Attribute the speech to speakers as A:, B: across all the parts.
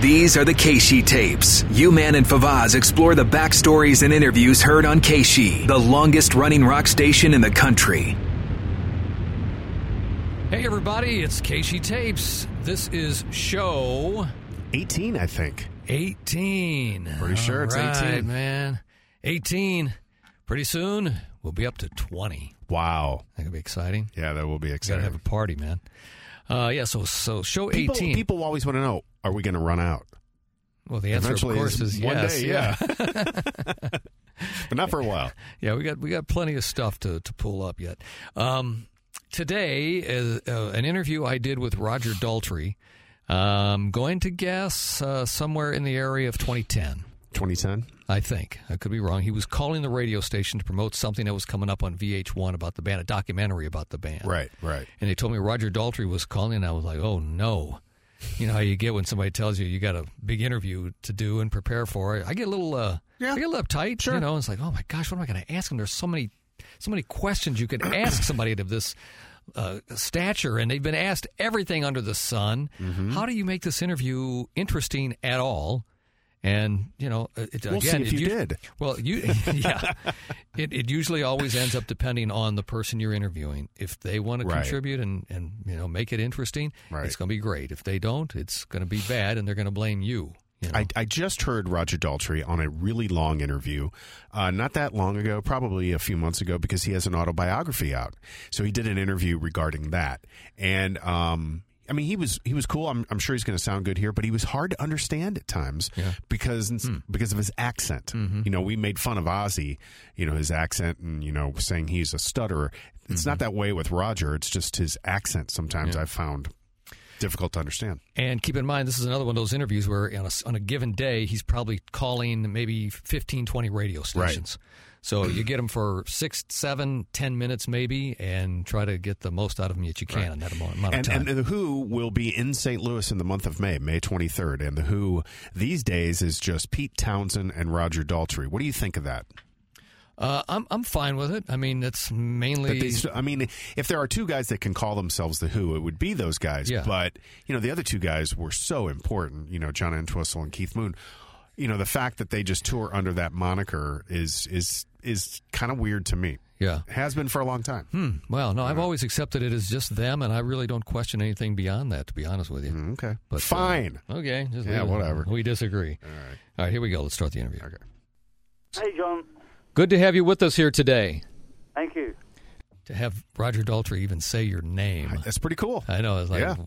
A: These are the Keishi tapes. Uman and Favaz explore the backstories and interviews heard on Keishi, the longest running rock station in the country.
B: Hey everybody, it's Casey Tapes. This is show
C: 18, I think.
B: 18.
C: Pretty sure it's 18.
B: man. 18. Pretty soon we'll be up to 20.
C: Wow.
B: That could be exciting.
C: Yeah, that will be
B: We got to
C: exciting.
B: have a party, man. Uh, yeah, so so show
C: people,
B: 18.
C: people always want to know, are we going to run out?
B: well, the answer of
C: Eventually
B: course
C: is
B: is
C: one
B: yes.
C: day,
B: yeah. yeah.
C: But not for a while.
B: we got we got plenty of stuff to to pull up yet. Um, today is uh, an interview I did with Roger Daltrey. Um, going to guess uh, somewhere in the area of 2010.
C: 2010?
B: I think. I could be wrong. He was calling the radio station to promote something that was coming up on VH1 about the band, a documentary about the band.
C: Right, right.
B: And they told me Roger Daltrey was calling, and I was like, oh no. You know how you get when somebody tells you you got a big interview to do and prepare for it. I get a little, uh,
C: Yeah.
B: I get a little uptight. You know, it's like, oh my gosh, what am I going to ask him? There's so many, so many questions you could ask somebody of this uh, stature, and they've been asked everything under the sun.
C: Mm-hmm.
B: How do you make this interview interesting at all? And you know, uh, it,
C: We'll see
B: again,
C: if
B: it
C: you
B: us-
C: did.
B: Well, you, yeah, it, it usually always ends up depending on the person you're interviewing. If they want to
C: Right.
B: contribute and and you know make it interesting,
C: Right.
B: it's going to be great. If they don't, it's going to be bad, and they're going to blame you. you know?
C: I, I just heard Roger Daltrey on a really long interview, uh, not that long ago, probably a few months ago, because he has an autobiography out. So he did an interview regarding that, and um, I mean, he was he was cool. I'm, I'm sure he's going to sound good here, but he was hard to understand at times because because of his accent. You know, we made fun of Ozzy, you know, his accent, and you know, saying he's a stutterer. It's not that way with Roger. It's just his accent. Sometimes I've found difficult to understand.
B: And keep in mind, this is another one of those interviews where on a, s- on a given day, he's probably calling maybe 15, 20 radio stations. So you get him for six, seven, ten minutes maybe, and try to get the most out of him that you can in that amount, amount
C: and,
B: of time.
C: and the Who will be in St. Louis in the month of May, May 23rd. And the Who these days is just Pete Townsend and Roger Daltrey. What do you think of that?
B: uh, I'm, I'm fine with it. I mean, that's
C: That
B: mainly.
C: they st- I mean, if there are two guys that can call themselves the Who, it would be those guys.
B: Yeah.
C: But you know, the other two guys were so important. You know, John Entwistle and Keith Moon. You know, the fact that they just tour under that moniker is is is kind of weird to me.
B: yeah.
C: Has been for a long time.
B: Hmm. Well, no, I've always accepted it as just them, and I really don't question anything beyond that, to be honest with you.
C: Mm, Okay,
B: But, uh,
C: fine.
B: Okay. just
C: Yeah,
B: leave it.
C: whatever.
B: We disagree. All right. All right, here we go. Let's start the interview.
C: Okay.
D: Hey, John.
B: Good to have you with us here today.
D: Thank you.
B: To have Roger Daltrey even say your name.
C: That's pretty cool.
B: I know. It's like, yeah,
C: Yeah.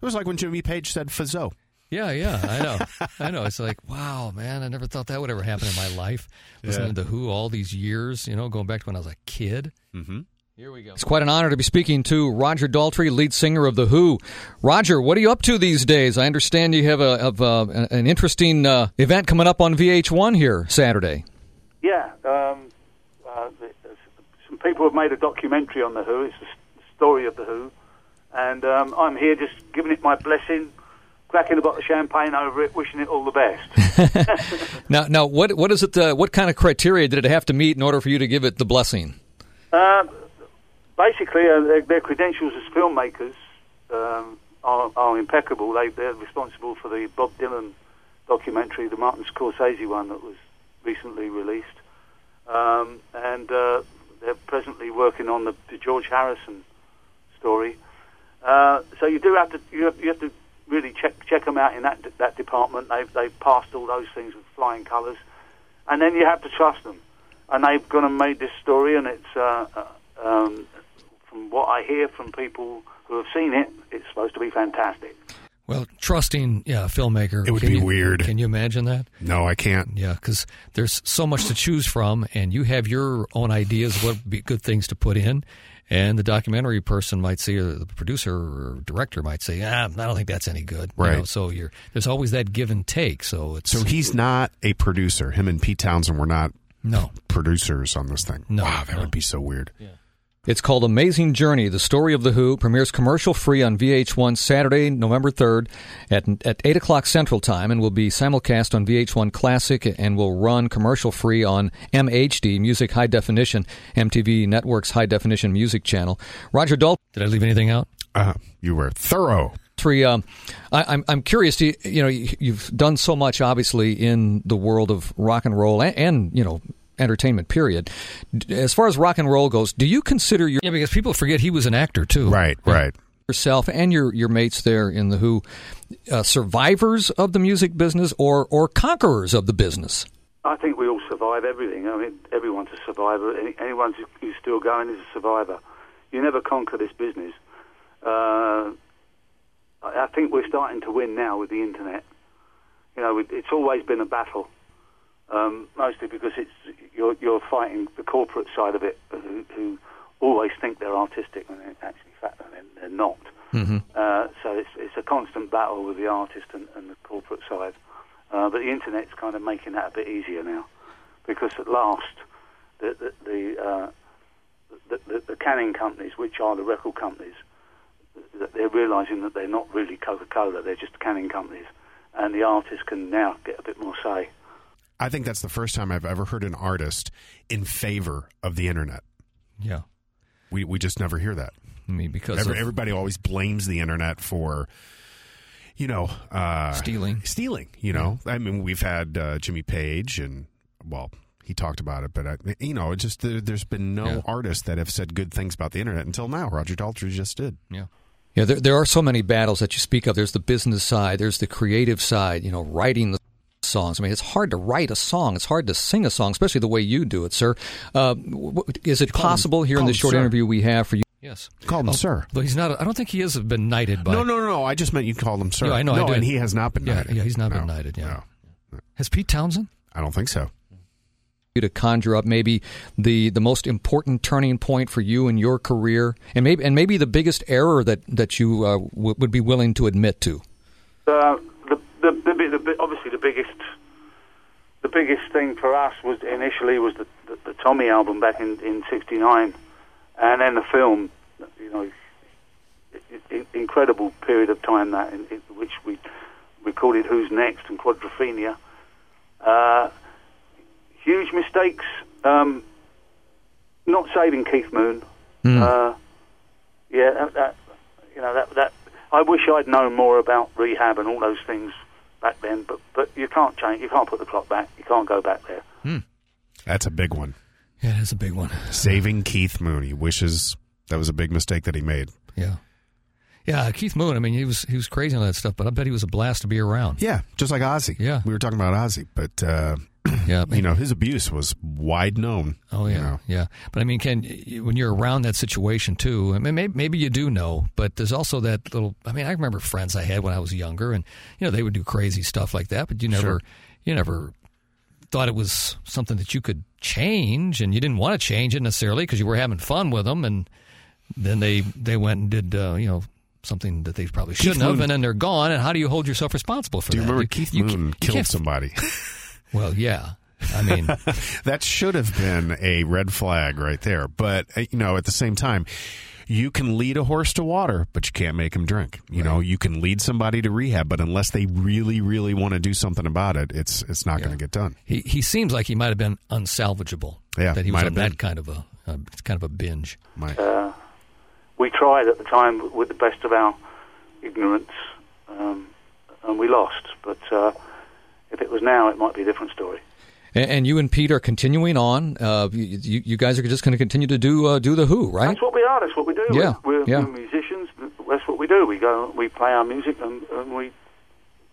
C: It was like when Jimmy Page said Fizzo.
B: yeah, I know. I know. It's like, wow, man, I never thought that would ever happen in my life. Listening to The Who all these years, you know, going back to when I was a kid. Mm-hmm. Here we go. It's quite an honor to be speaking to Roger Daltrey, lead singer of The Who. Roger, what are you up to these days? I understand you have a have uh an interesting uh, event coming up on VH1 here Saturday.
D: Yeah, um, uh, the- some people have made a documentary on the Who. It's the s- story of the Who, and um, I'm here just giving it my blessing, cracking a bottle of champagne over it, wishing it all the best.
B: Now, now, what what is it? Uh, what kind of criteria did it have to meet in order for you to give it the blessing?
D: uh, basically, uh, their, their credentials as filmmakers um, are, are impeccable. They, they're responsible for the Bob Dylan documentary, the Martin Scorsese one that was recently released, um, and uh, they're presently working on the, the George Harrison story. Uh, so you do have to you have, you have to really check check them out in that that department. They've they've passed all those things with flying colours, and then you have to trust them. And they've gone and made this story, and it's uh, uh, um, from what I hear from people who have seen it, it's supposed to be fantastic.
B: Well, trusting, yeah, a filmmaker.
C: It would
B: can
C: be
B: you-
C: weird.
B: Can you imagine that?
C: No, I can't.
B: Yeah, because there's so much to choose from, and you have your own ideas of what would be good things to put in. And the documentary person might say, or the producer or director might say, ah, I don't think that's any good. You
C: Right.
B: know, so you're, there's always that give and take. So it's
C: So he's not a producer. Him and Pete Townsend were not
B: no.
C: producers on this thing.
B: No,
C: wow, that
B: no.
C: would be so weird.
B: It's called Amazing Journey: The Story of the Who. Premieres commercial free on VH1 Saturday, November third, at at eight o'clock Central Time, and will be simulcast on VH1 Classic and will run commercial free on MHD Music High Definition, MTV Network's High Definition Music Channel. Roger Daltrey. Did I leave anything out?
C: Uh, you were thorough.
B: Tree, um, I, I'm I'm curious. You, you know, you- you've done so much, obviously, in the world of rock and roll and, and you know entertainment. Period. D- As far as rock and roll goes, do you consider your yeah? Because people forget he was an actor too.
C: Right, right.
B: Yourself and your your mates there in the Who, uh, survivors of the music business or or conquerors of the business.
D: I think we all survive everything. I mean, everyone's a survivor. Any, anyone who- who's still going is a survivor. You never conquer this business. Uh, I I think we're starting to win now with the internet. You know, it- it's always been a battle, um, mostly because it's you're, you're fighting the corporate side of it, who, who always think they're artistic when in actually fact they're, they're not. Uh, so it's, it's a constant battle with the artist and, and the corporate side. Uh, but the internet's kind of making that a bit easier now, because at last the the the, uh, the, the, the canning companies, which are the record companies, th- they're realizing that they're not really Coca-Cola; they're just canning companies, and the artists can now get a bit more say.
C: I think that's the first time I've ever heard an artist in favor of the internet.
B: Yeah,
C: We we just never hear that.
B: I mean because
C: Every- everybody always blames the internet for, you know, uh,
B: Stealing.
C: stealing. You know, I mean, we've had uh, Jimmy Page, and well, he talked about it, but I, you know, it just there, there's been no
B: Yeah.
C: artist that have said good things about the internet until now. Roger Daltrey just did.
B: Yeah. Yeah, there, there are so many battles that you speak of. There's the business side, there's the creative side, you know, writing the songs. I mean, it's hard to write a song, it's hard to sing a song, especially the way you do it, sir. Uh, w- w- is it
C: Call him-
B: possible here in
C: call
B: the
C: him
B: short
C: sir.
B: interview we have for you? Yes.
C: Call him sir.
B: Though he's not, I don't think he has been knighted by.
C: Oh. no, no, no, no. I just meant you called him sir.
B: Yeah, I know, I
C: No,
B: did.
C: and he has not been
B: Yeah,
C: knighted.
B: yeah, he's not been
C: No,
B: knighted, yeah.
C: no.
B: Has Pete Townsend?
C: I don't think so.
B: You to conjure up maybe the, the most important turning point for you in your career, and maybe and maybe the biggest error that that you uh, w- would be willing to admit to.
D: the, the, the, bi- the, bi- obviously the biggest the biggest thing for us was initially was the, the, the Tommy album back in in '69, and then the film. You know, i- i- incredible period of time that in, in which we recorded Who's Next and Quadrophenia. Uh, huge mistakes. Um, not saving Keith Moon. Uh, yeah, that, that, you know that that I wish I'd known more about rehab and all those things back then. But but you can't change. You can't put the clock back. You can't go back there.
C: That's a big one.
B: Yeah, that's a big one.
C: Saving Keith Moon. He wishes that was a big mistake that he made.
B: Yeah. Yeah, Keith Moon. I mean, he was he was crazy on that stuff, but I bet he was a blast to be around.
C: Yeah, just like Ozzy.
B: Yeah.
C: we were talking about Ozzy, but uh,
B: Yeah,
C: you know his abuse was wide known.
B: Oh yeah,
C: you know.
B: yeah. But I mean, Ken, y- when you're around that situation too, I mean, maybe, maybe you do know, but there's also that little. I mean, I remember friends I had when I was younger, and you know they would do crazy stuff like that, but you never,
C: Sure.
B: you never thought it was something that you could change, and you didn't want to change it necessarily because you were having fun with them, and then they they went and did uh, you know. Something that they probably shouldn't have,
C: Moon-
B: and then they're gone. And how do you hold yourself responsible for
C: Do you
B: that?
C: remember Keith
B: you
C: Moon
B: can't- you
C: killed
B: can't-
C: somebody?
B: Well, yeah. I mean,
C: that should have been a red flag right there. But uh, you know, at the same time, you can lead a horse to water, but you can't make him drink. You know, you can lead somebody to rehab, but unless they really, really want to do something about it, it's it's not going to get done.
B: he he seems like he might have been unsalvageable.
C: Yeah,
B: that he was
C: might
B: on
C: have been.
B: that kind of a uh, kind of a binge.
C: My,
B: Uh,
D: We tried at the time with the best of our ignorance, um, and we lost. But uh, if it was now, it might be a different story.
B: And, and you and Pete are continuing on. Uh, you, you you guys are just going to continue to do uh, do the Who, right?
D: That's what we are. That's what we do.
B: Yeah,
D: We're, we're,
B: yeah.
D: we're musicians. That's what we do. We go. We play our music and, and we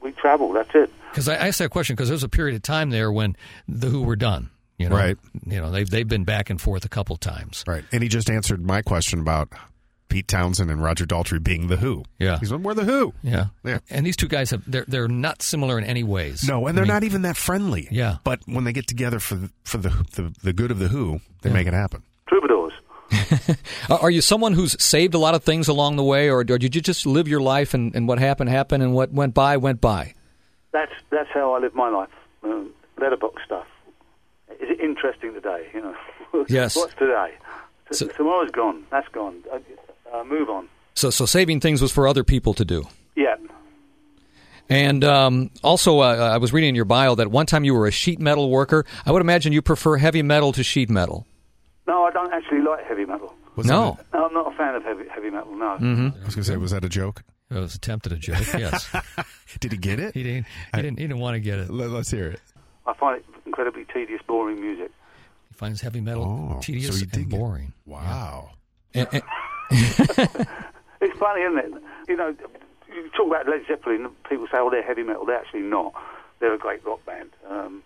D: we travel. That's it.
B: Because I I asked that question because there was a period of time there when the Who were done. You know,
C: Right.
B: You know, they've they've been back and forth a couple times.
C: right, and he just answered my question about Pete Townsend and Roger Daltrey being the Who.
B: Yeah.
C: he's like, we're the Who.
B: Yeah.
C: Yeah.
B: And these two guys have they're they're not similar in any ways.
C: No, and they're not even that friendly.
B: Yeah.
C: but when they get together for the, for the, the the good of the Who, they make it happen.
D: Troubadours.
B: Uh, Are are you someone who's saved a lot of things along the way, or, or did you just live your life and, and what happened happened and what went by went by?
D: That's that's how I live my life. Um, letterbox stuff. Is it interesting today? You know.
B: Yes.
D: What's today? T-
B: So-
D: Tomorrow's gone. That's gone. Uh, uh, move on.
B: So so saving things was for other people to do.
D: Yeah.
B: And um, also, uh, I was reading in your bio that one time you were a sheet metal worker. I would imagine you prefer heavy metal to sheet metal.
D: No, I don't actually like heavy metal.
C: Was
B: no,
C: that
D: No, I'm not a fan of heavy heavy metal. No.
B: Mm-hmm.
C: a- I was gonna say, was that a joke?
B: it was attempted a joke. Yes,
C: Did he get it?
B: he didn't. He didn't. He didn't want to get it. He
C: Let, us hear it.
D: I find it incredibly tedious, boring music.
B: finds heavy metal
C: Oh,
B: tedious
C: so he did
B: and
C: get it.
B: boring.
C: Wow.
B: And- and-
D: It's funny, isn't it? You know, you talk about Led Zeppelin, people say, oh, they're heavy metal. They're actually not. They're a great rock band. Um,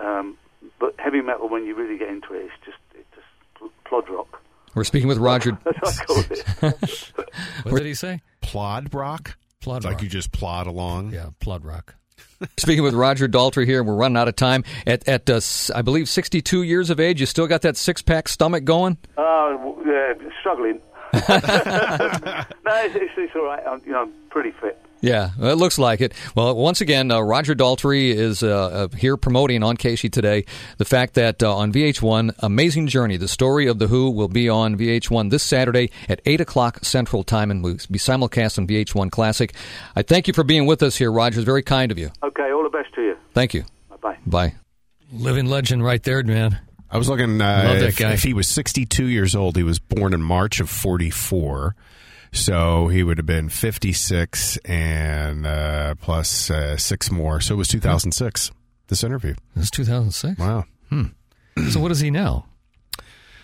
D: um, but heavy metal, when you really get into it, it's just, it's just pl- plod rock.
B: we're speaking with Roger.
D: That's what I call it.
B: What did he say?
C: Plod rock.
B: Plod
C: It's like
B: rock.
C: you just plod along.
B: Yeah, plod rock. Speaking with Roger Daltrey here, and we're running out of time. At, at uh, s- I believe 62 years of age, you still got that six pack stomach going?
D: Oh, w- yeah, struggling. no, it's, it's, it's all right. I'm, you know, I'm pretty fit.
B: Yeah, well, it looks like it. Well, once again, uh, Roger Daltrey is uh, uh, here promoting on Casey today the fact that uh, on VH1, Amazing Journey, the story of The Who, will be on VH1 this Saturday at 8 o'clock Central Time and will be simulcast on VH1 Classic. I thank you for being with us here, Roger. It's very kind of you.
D: Okay, all the best to you.
B: Thank you.
D: Bye-bye.
B: Bye. Living legend right there, man.
C: I was looking. Uh,
B: Love that
C: if,
B: guy.
C: if he was 62 years old, he was born in March of 44, so he would have been 56 and uh, plus uh, six more. So it was 2006. This interview.
B: It's 2006.
C: Wow.
B: So what is he now?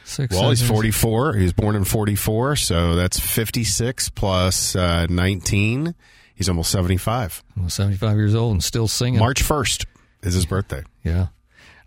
B: Six.
C: Well, he's
B: seven,
C: 44. He was born in 44, so that's 56 plus uh, 19. He's almost 75.
B: Well, 75 years old and still singing.
C: March 1st is his birthday.
B: Yeah.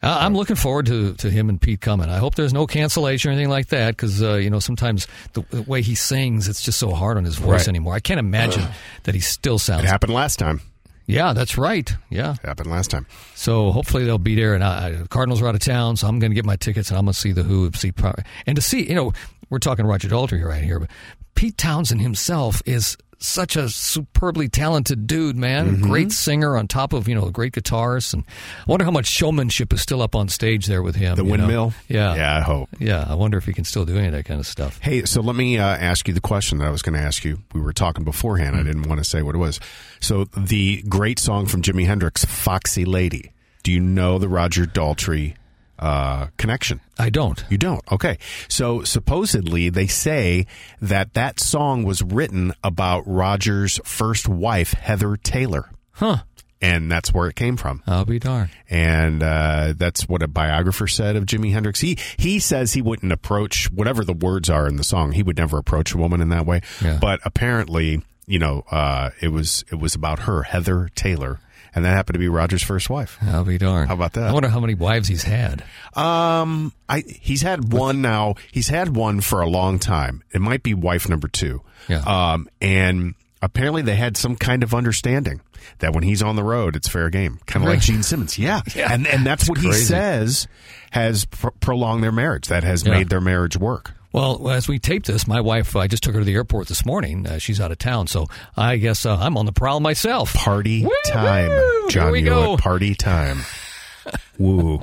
B: I- I'm looking forward to, to him and Pete coming. I hope there's no cancellation or anything like that because, uh, you know, sometimes the, the way he sings, it's just so hard on his voice
C: Right.
B: anymore. I can't imagine that he still
C: It
B: sounds.
C: happened last time.
B: Yeah, that's right. Yeah.
C: It happened last time.
B: So hopefully they'll be there. And I, I- Cardinals are out of town, so I'm going to get my tickets and I'm going to see the Who. See, Pro- and to see, you know, we're talking Roger Daltrey right here, but Pete Townsend himself is such a superbly talented dude, man.
C: Mm-hmm.
B: Great singer on top of you know a great guitarist, and I wonder how much showmanship is still up on stage there with him.
C: The
B: you know?
C: windmill.
B: Yeah. yeah,
C: Yeah, I hope.
B: I wonder if he can still do any of that kind of stuff.
C: Hey, so let me uh, ask you the question that I was going to ask you. We were talking beforehand.
B: Hmm.
C: I didn't want to say what it was. So, the great song from Jimi Hendrix, Foxy Lady. Do you know the Roger Daltrey uh, connection?
B: I don't.
C: You don't. Okay. So supposedly they say that that song was written about Roger's first wife, Heather Taylor.
B: Huh?
C: And that's where it came from.
B: I'll be darned.
C: And uh, that's what a biographer said of Jimi Hendrix. He he says he wouldn't approach whatever the words are in the song. He would never approach a woman in that way.
B: Yeah.
C: But apparently, you know, uh, it was it was about her, Heather Taylor, and that happened to be Roger's first wife.
B: I'll be darned.
C: How about that?
B: I wonder how many wives he's had.
C: Um, I he's had one now. He's had one for a long time. It might be wife number two.
B: Yeah.
C: Um, and apparently they had some kind of understanding that when he's on the road, it's fair game, kind of like Gene Simmons. Yeah. And and that's, what he
B: crazy.
C: says has pr- prolonged their marriage. That has
B: Yeah.
C: made their marriage work.
B: Well, as we tape this, my wife, I just took her to the airport this morning. Uh, she's out of town, so I guess uh, I'm on the prowl myself.
C: Party
B: Woo-hoo!
C: time,
B: Here
C: John
B: we
C: Hewlett,
B: go.
C: Party time. Woo.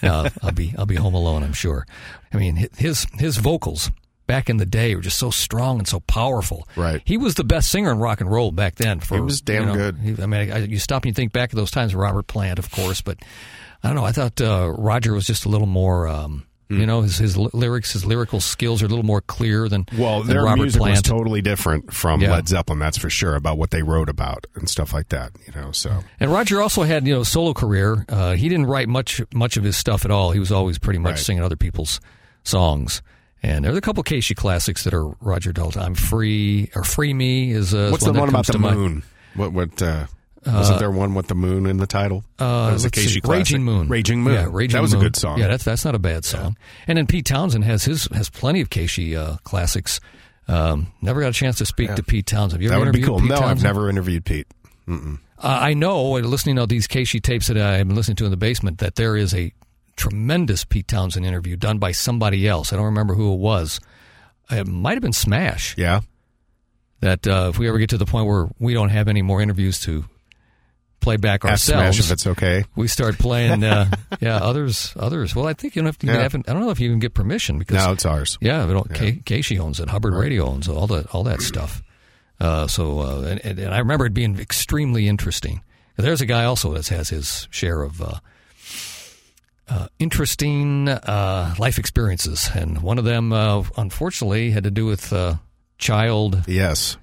B: No, Uh, I'll be I'll be home alone, I'm sure. I mean, hi- his his vocals back in the day were just so strong and so powerful.
C: Right.
B: He was the best singer in rock and roll back then. For
C: He was damn
B: you know,
C: good.
B: he- I mean, I, you stop and you think back to those times. Robert Plant, of course, but I don't know. I thought uh, Roger was just a little more. Um,
C: Hmm.
B: You know, his his ly- lyrics, his lyrical skills are a little more clear than
C: Well,
B: than
C: their
B: Robert
C: music
B: Plant.
C: was totally different from
B: Yeah.
C: Led Zeppelin, that's for sure, about what they wrote about and stuff like that, you know, so.
B: And Roger also had you know a solo career. Uh, he didn't write much much of his stuff at all. He was always pretty much
C: Right.
B: singing other people's songs. And there's a couple Casey classics that are Roger Dalton. I'm free or free me is uh, is
C: What's the
B: that
C: one
B: comes
C: about the
B: to mind.
C: moon? What what uh, wasn't there one with the moon in the title?
B: Uh,
C: That was a
B: let's
C: Casey
B: see,
C: classic.
B: Raging Moon.
C: Raging Moon.
B: Yeah, Raging
C: that was
B: Moon.
C: a good song.
B: Yeah, that's that's not a bad song. And then Pete Townsend has his has plenty of Casey uh, classics. Um, never got a chance to speak to Pete Townsend. Have you
C: that
B: ever
C: would be
B: interviewed
C: cool.
B: Pete
C: no,
B: Townsend?
C: I've never interviewed Pete.
B: Uh, I know, and listening to these Casey tapes that I've been listening to in the basement, that there is a tremendous Pete Townsend interview done by somebody else. I don't remember who it was. It might have been Smash.
C: Yeah.
B: That uh, if we ever get to the point where we don't have any more interviews to play back
C: Ask Smash if
B: ourselves,
C: it's okay.
B: we start playing. Uh, yeah, others, others. Well, I think you don't have to. you
C: Yeah.
B: have- I don't know if you can get permission because
C: No, it's ours.
B: yeah, but yeah. Casey owns it. Hubbard Radio owns it. All that, all that stuff. Uh, so, uh, and- and, and I remember it being extremely interesting. There's a guy also that has his share of uh, uh, interesting uh, life experiences, and one of them, uh, unfortunately, had to do with uh, child
C: Yes.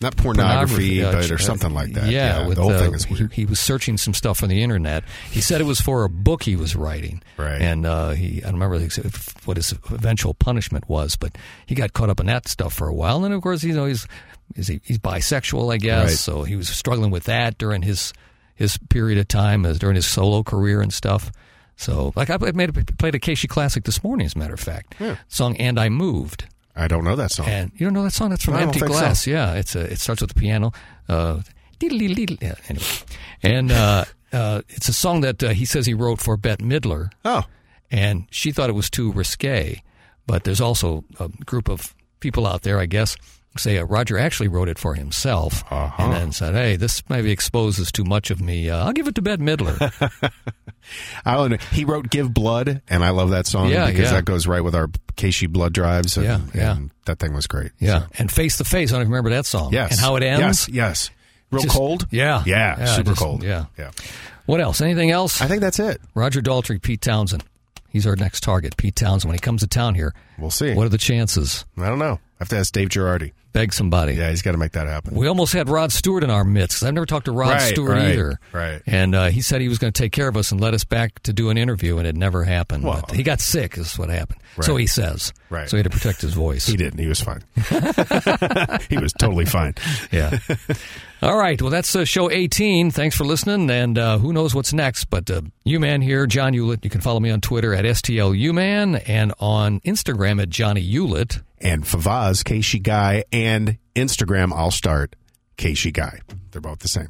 C: Not pornography,
B: uh,
C: but or
B: uh,
C: something like that.
B: Yeah, with,
C: the whole
B: uh,
C: thing is weird.
B: He, he was searching some stuff on the internet. He said it was for a book he was writing,
C: Right.
B: And uh, he, I don't remember the ex- what his eventual punishment was, but he got caught up in that stuff for a while. And of course, you know, he's is he, he's bisexual, I guess.
C: Right.
B: So he was struggling with that during his his period of time, as during his solo career and stuff. So, like I played- made a, played a Casey classic this morning, as a matter of fact, song "And I Moved."
C: I don't know that song.
B: And you don't know that song? That's from
C: I don't
B: Empty
C: think so.
B: Glass. Yeah, it's a, it starts with the piano. Uh, diddle-diddle-diddle. yeah, anyway, and uh, uh, it's a song that uh, he says he wrote for Bette Midler,
C: oh,
B: and she thought it was too risque. But there's also a group of people out there, I guess, who say uh, Roger actually wrote it for himself,
C: Uh-huh.
B: and then said, "Hey, this maybe exposes too much of me. Uh, I'll give it to Bette Midler."
C: I don't know. He wrote "Give Blood," and I love that song
B: Yeah,
C: because
B: yeah.
C: that goes right with our Casey blood drives. And,
B: Yeah, yeah.
C: and that thing was great.
B: yeah,
C: So,
B: and face to face. I don't remember that song.
C: yes.
B: and how it ends.
C: Yes. Yes. Real
B: Just-
C: cold.
B: yeah,
C: Yeah.
B: yeah,
C: super
B: just-
C: cold.
B: yeah.
C: Yeah.
B: What else? Anything else?
C: I think that's it.
B: Roger Daltrey, Pete Townsend. He's our next target, Pete Townsend. When he comes to town here,
C: We'll see.
B: what are the chances?
C: I don't know. I have to ask Dave Girardi.
B: Beg somebody.
C: Yeah, he's got to make that happen.
B: We almost had Rod Stewart in our midst. I've never talked to Rod
C: Right,
B: Stewart
C: right,
B: either.
C: right.
B: And uh, he said he was going to take care of us and let us back to do an interview, and it never happened.
C: Well-
B: But he got sick, is what happened. So
C: Right.
B: he says.
C: Right.
B: So he had to protect his voice.
C: He didn't. He was fine. he was totally fine.
B: yeah. All right. Well, that's uh, show 18. Thanks for listening. And uh, who knows what's next? But uh, U Man here, John Hewlett. You can follow me on Twitter at STL U Man and on Instagram at Johnny Hewlett.
C: And Favaz, Casey Guy, and Instagram, I'll start Casey Guy. They're both the same.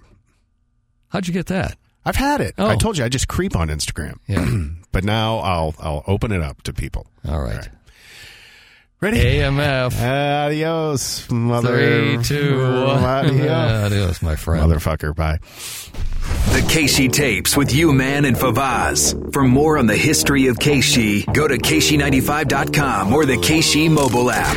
B: How'd you get that?
C: I've had it.
B: Oh.
C: I told you I just creep on Instagram.
B: Yeah.
C: But now I'll I'll open it up to people.
B: All right.
C: Ready?
B: AMF.
C: Adios, mother.
B: Three, two, one.
C: Adios.
B: Adios, my friend.
C: Motherfucker. Bye.
A: The Keishi tapes with you, man, and Favaz. For more on the history of Keishi, go to Keishi95.com or the Keishi mobile app.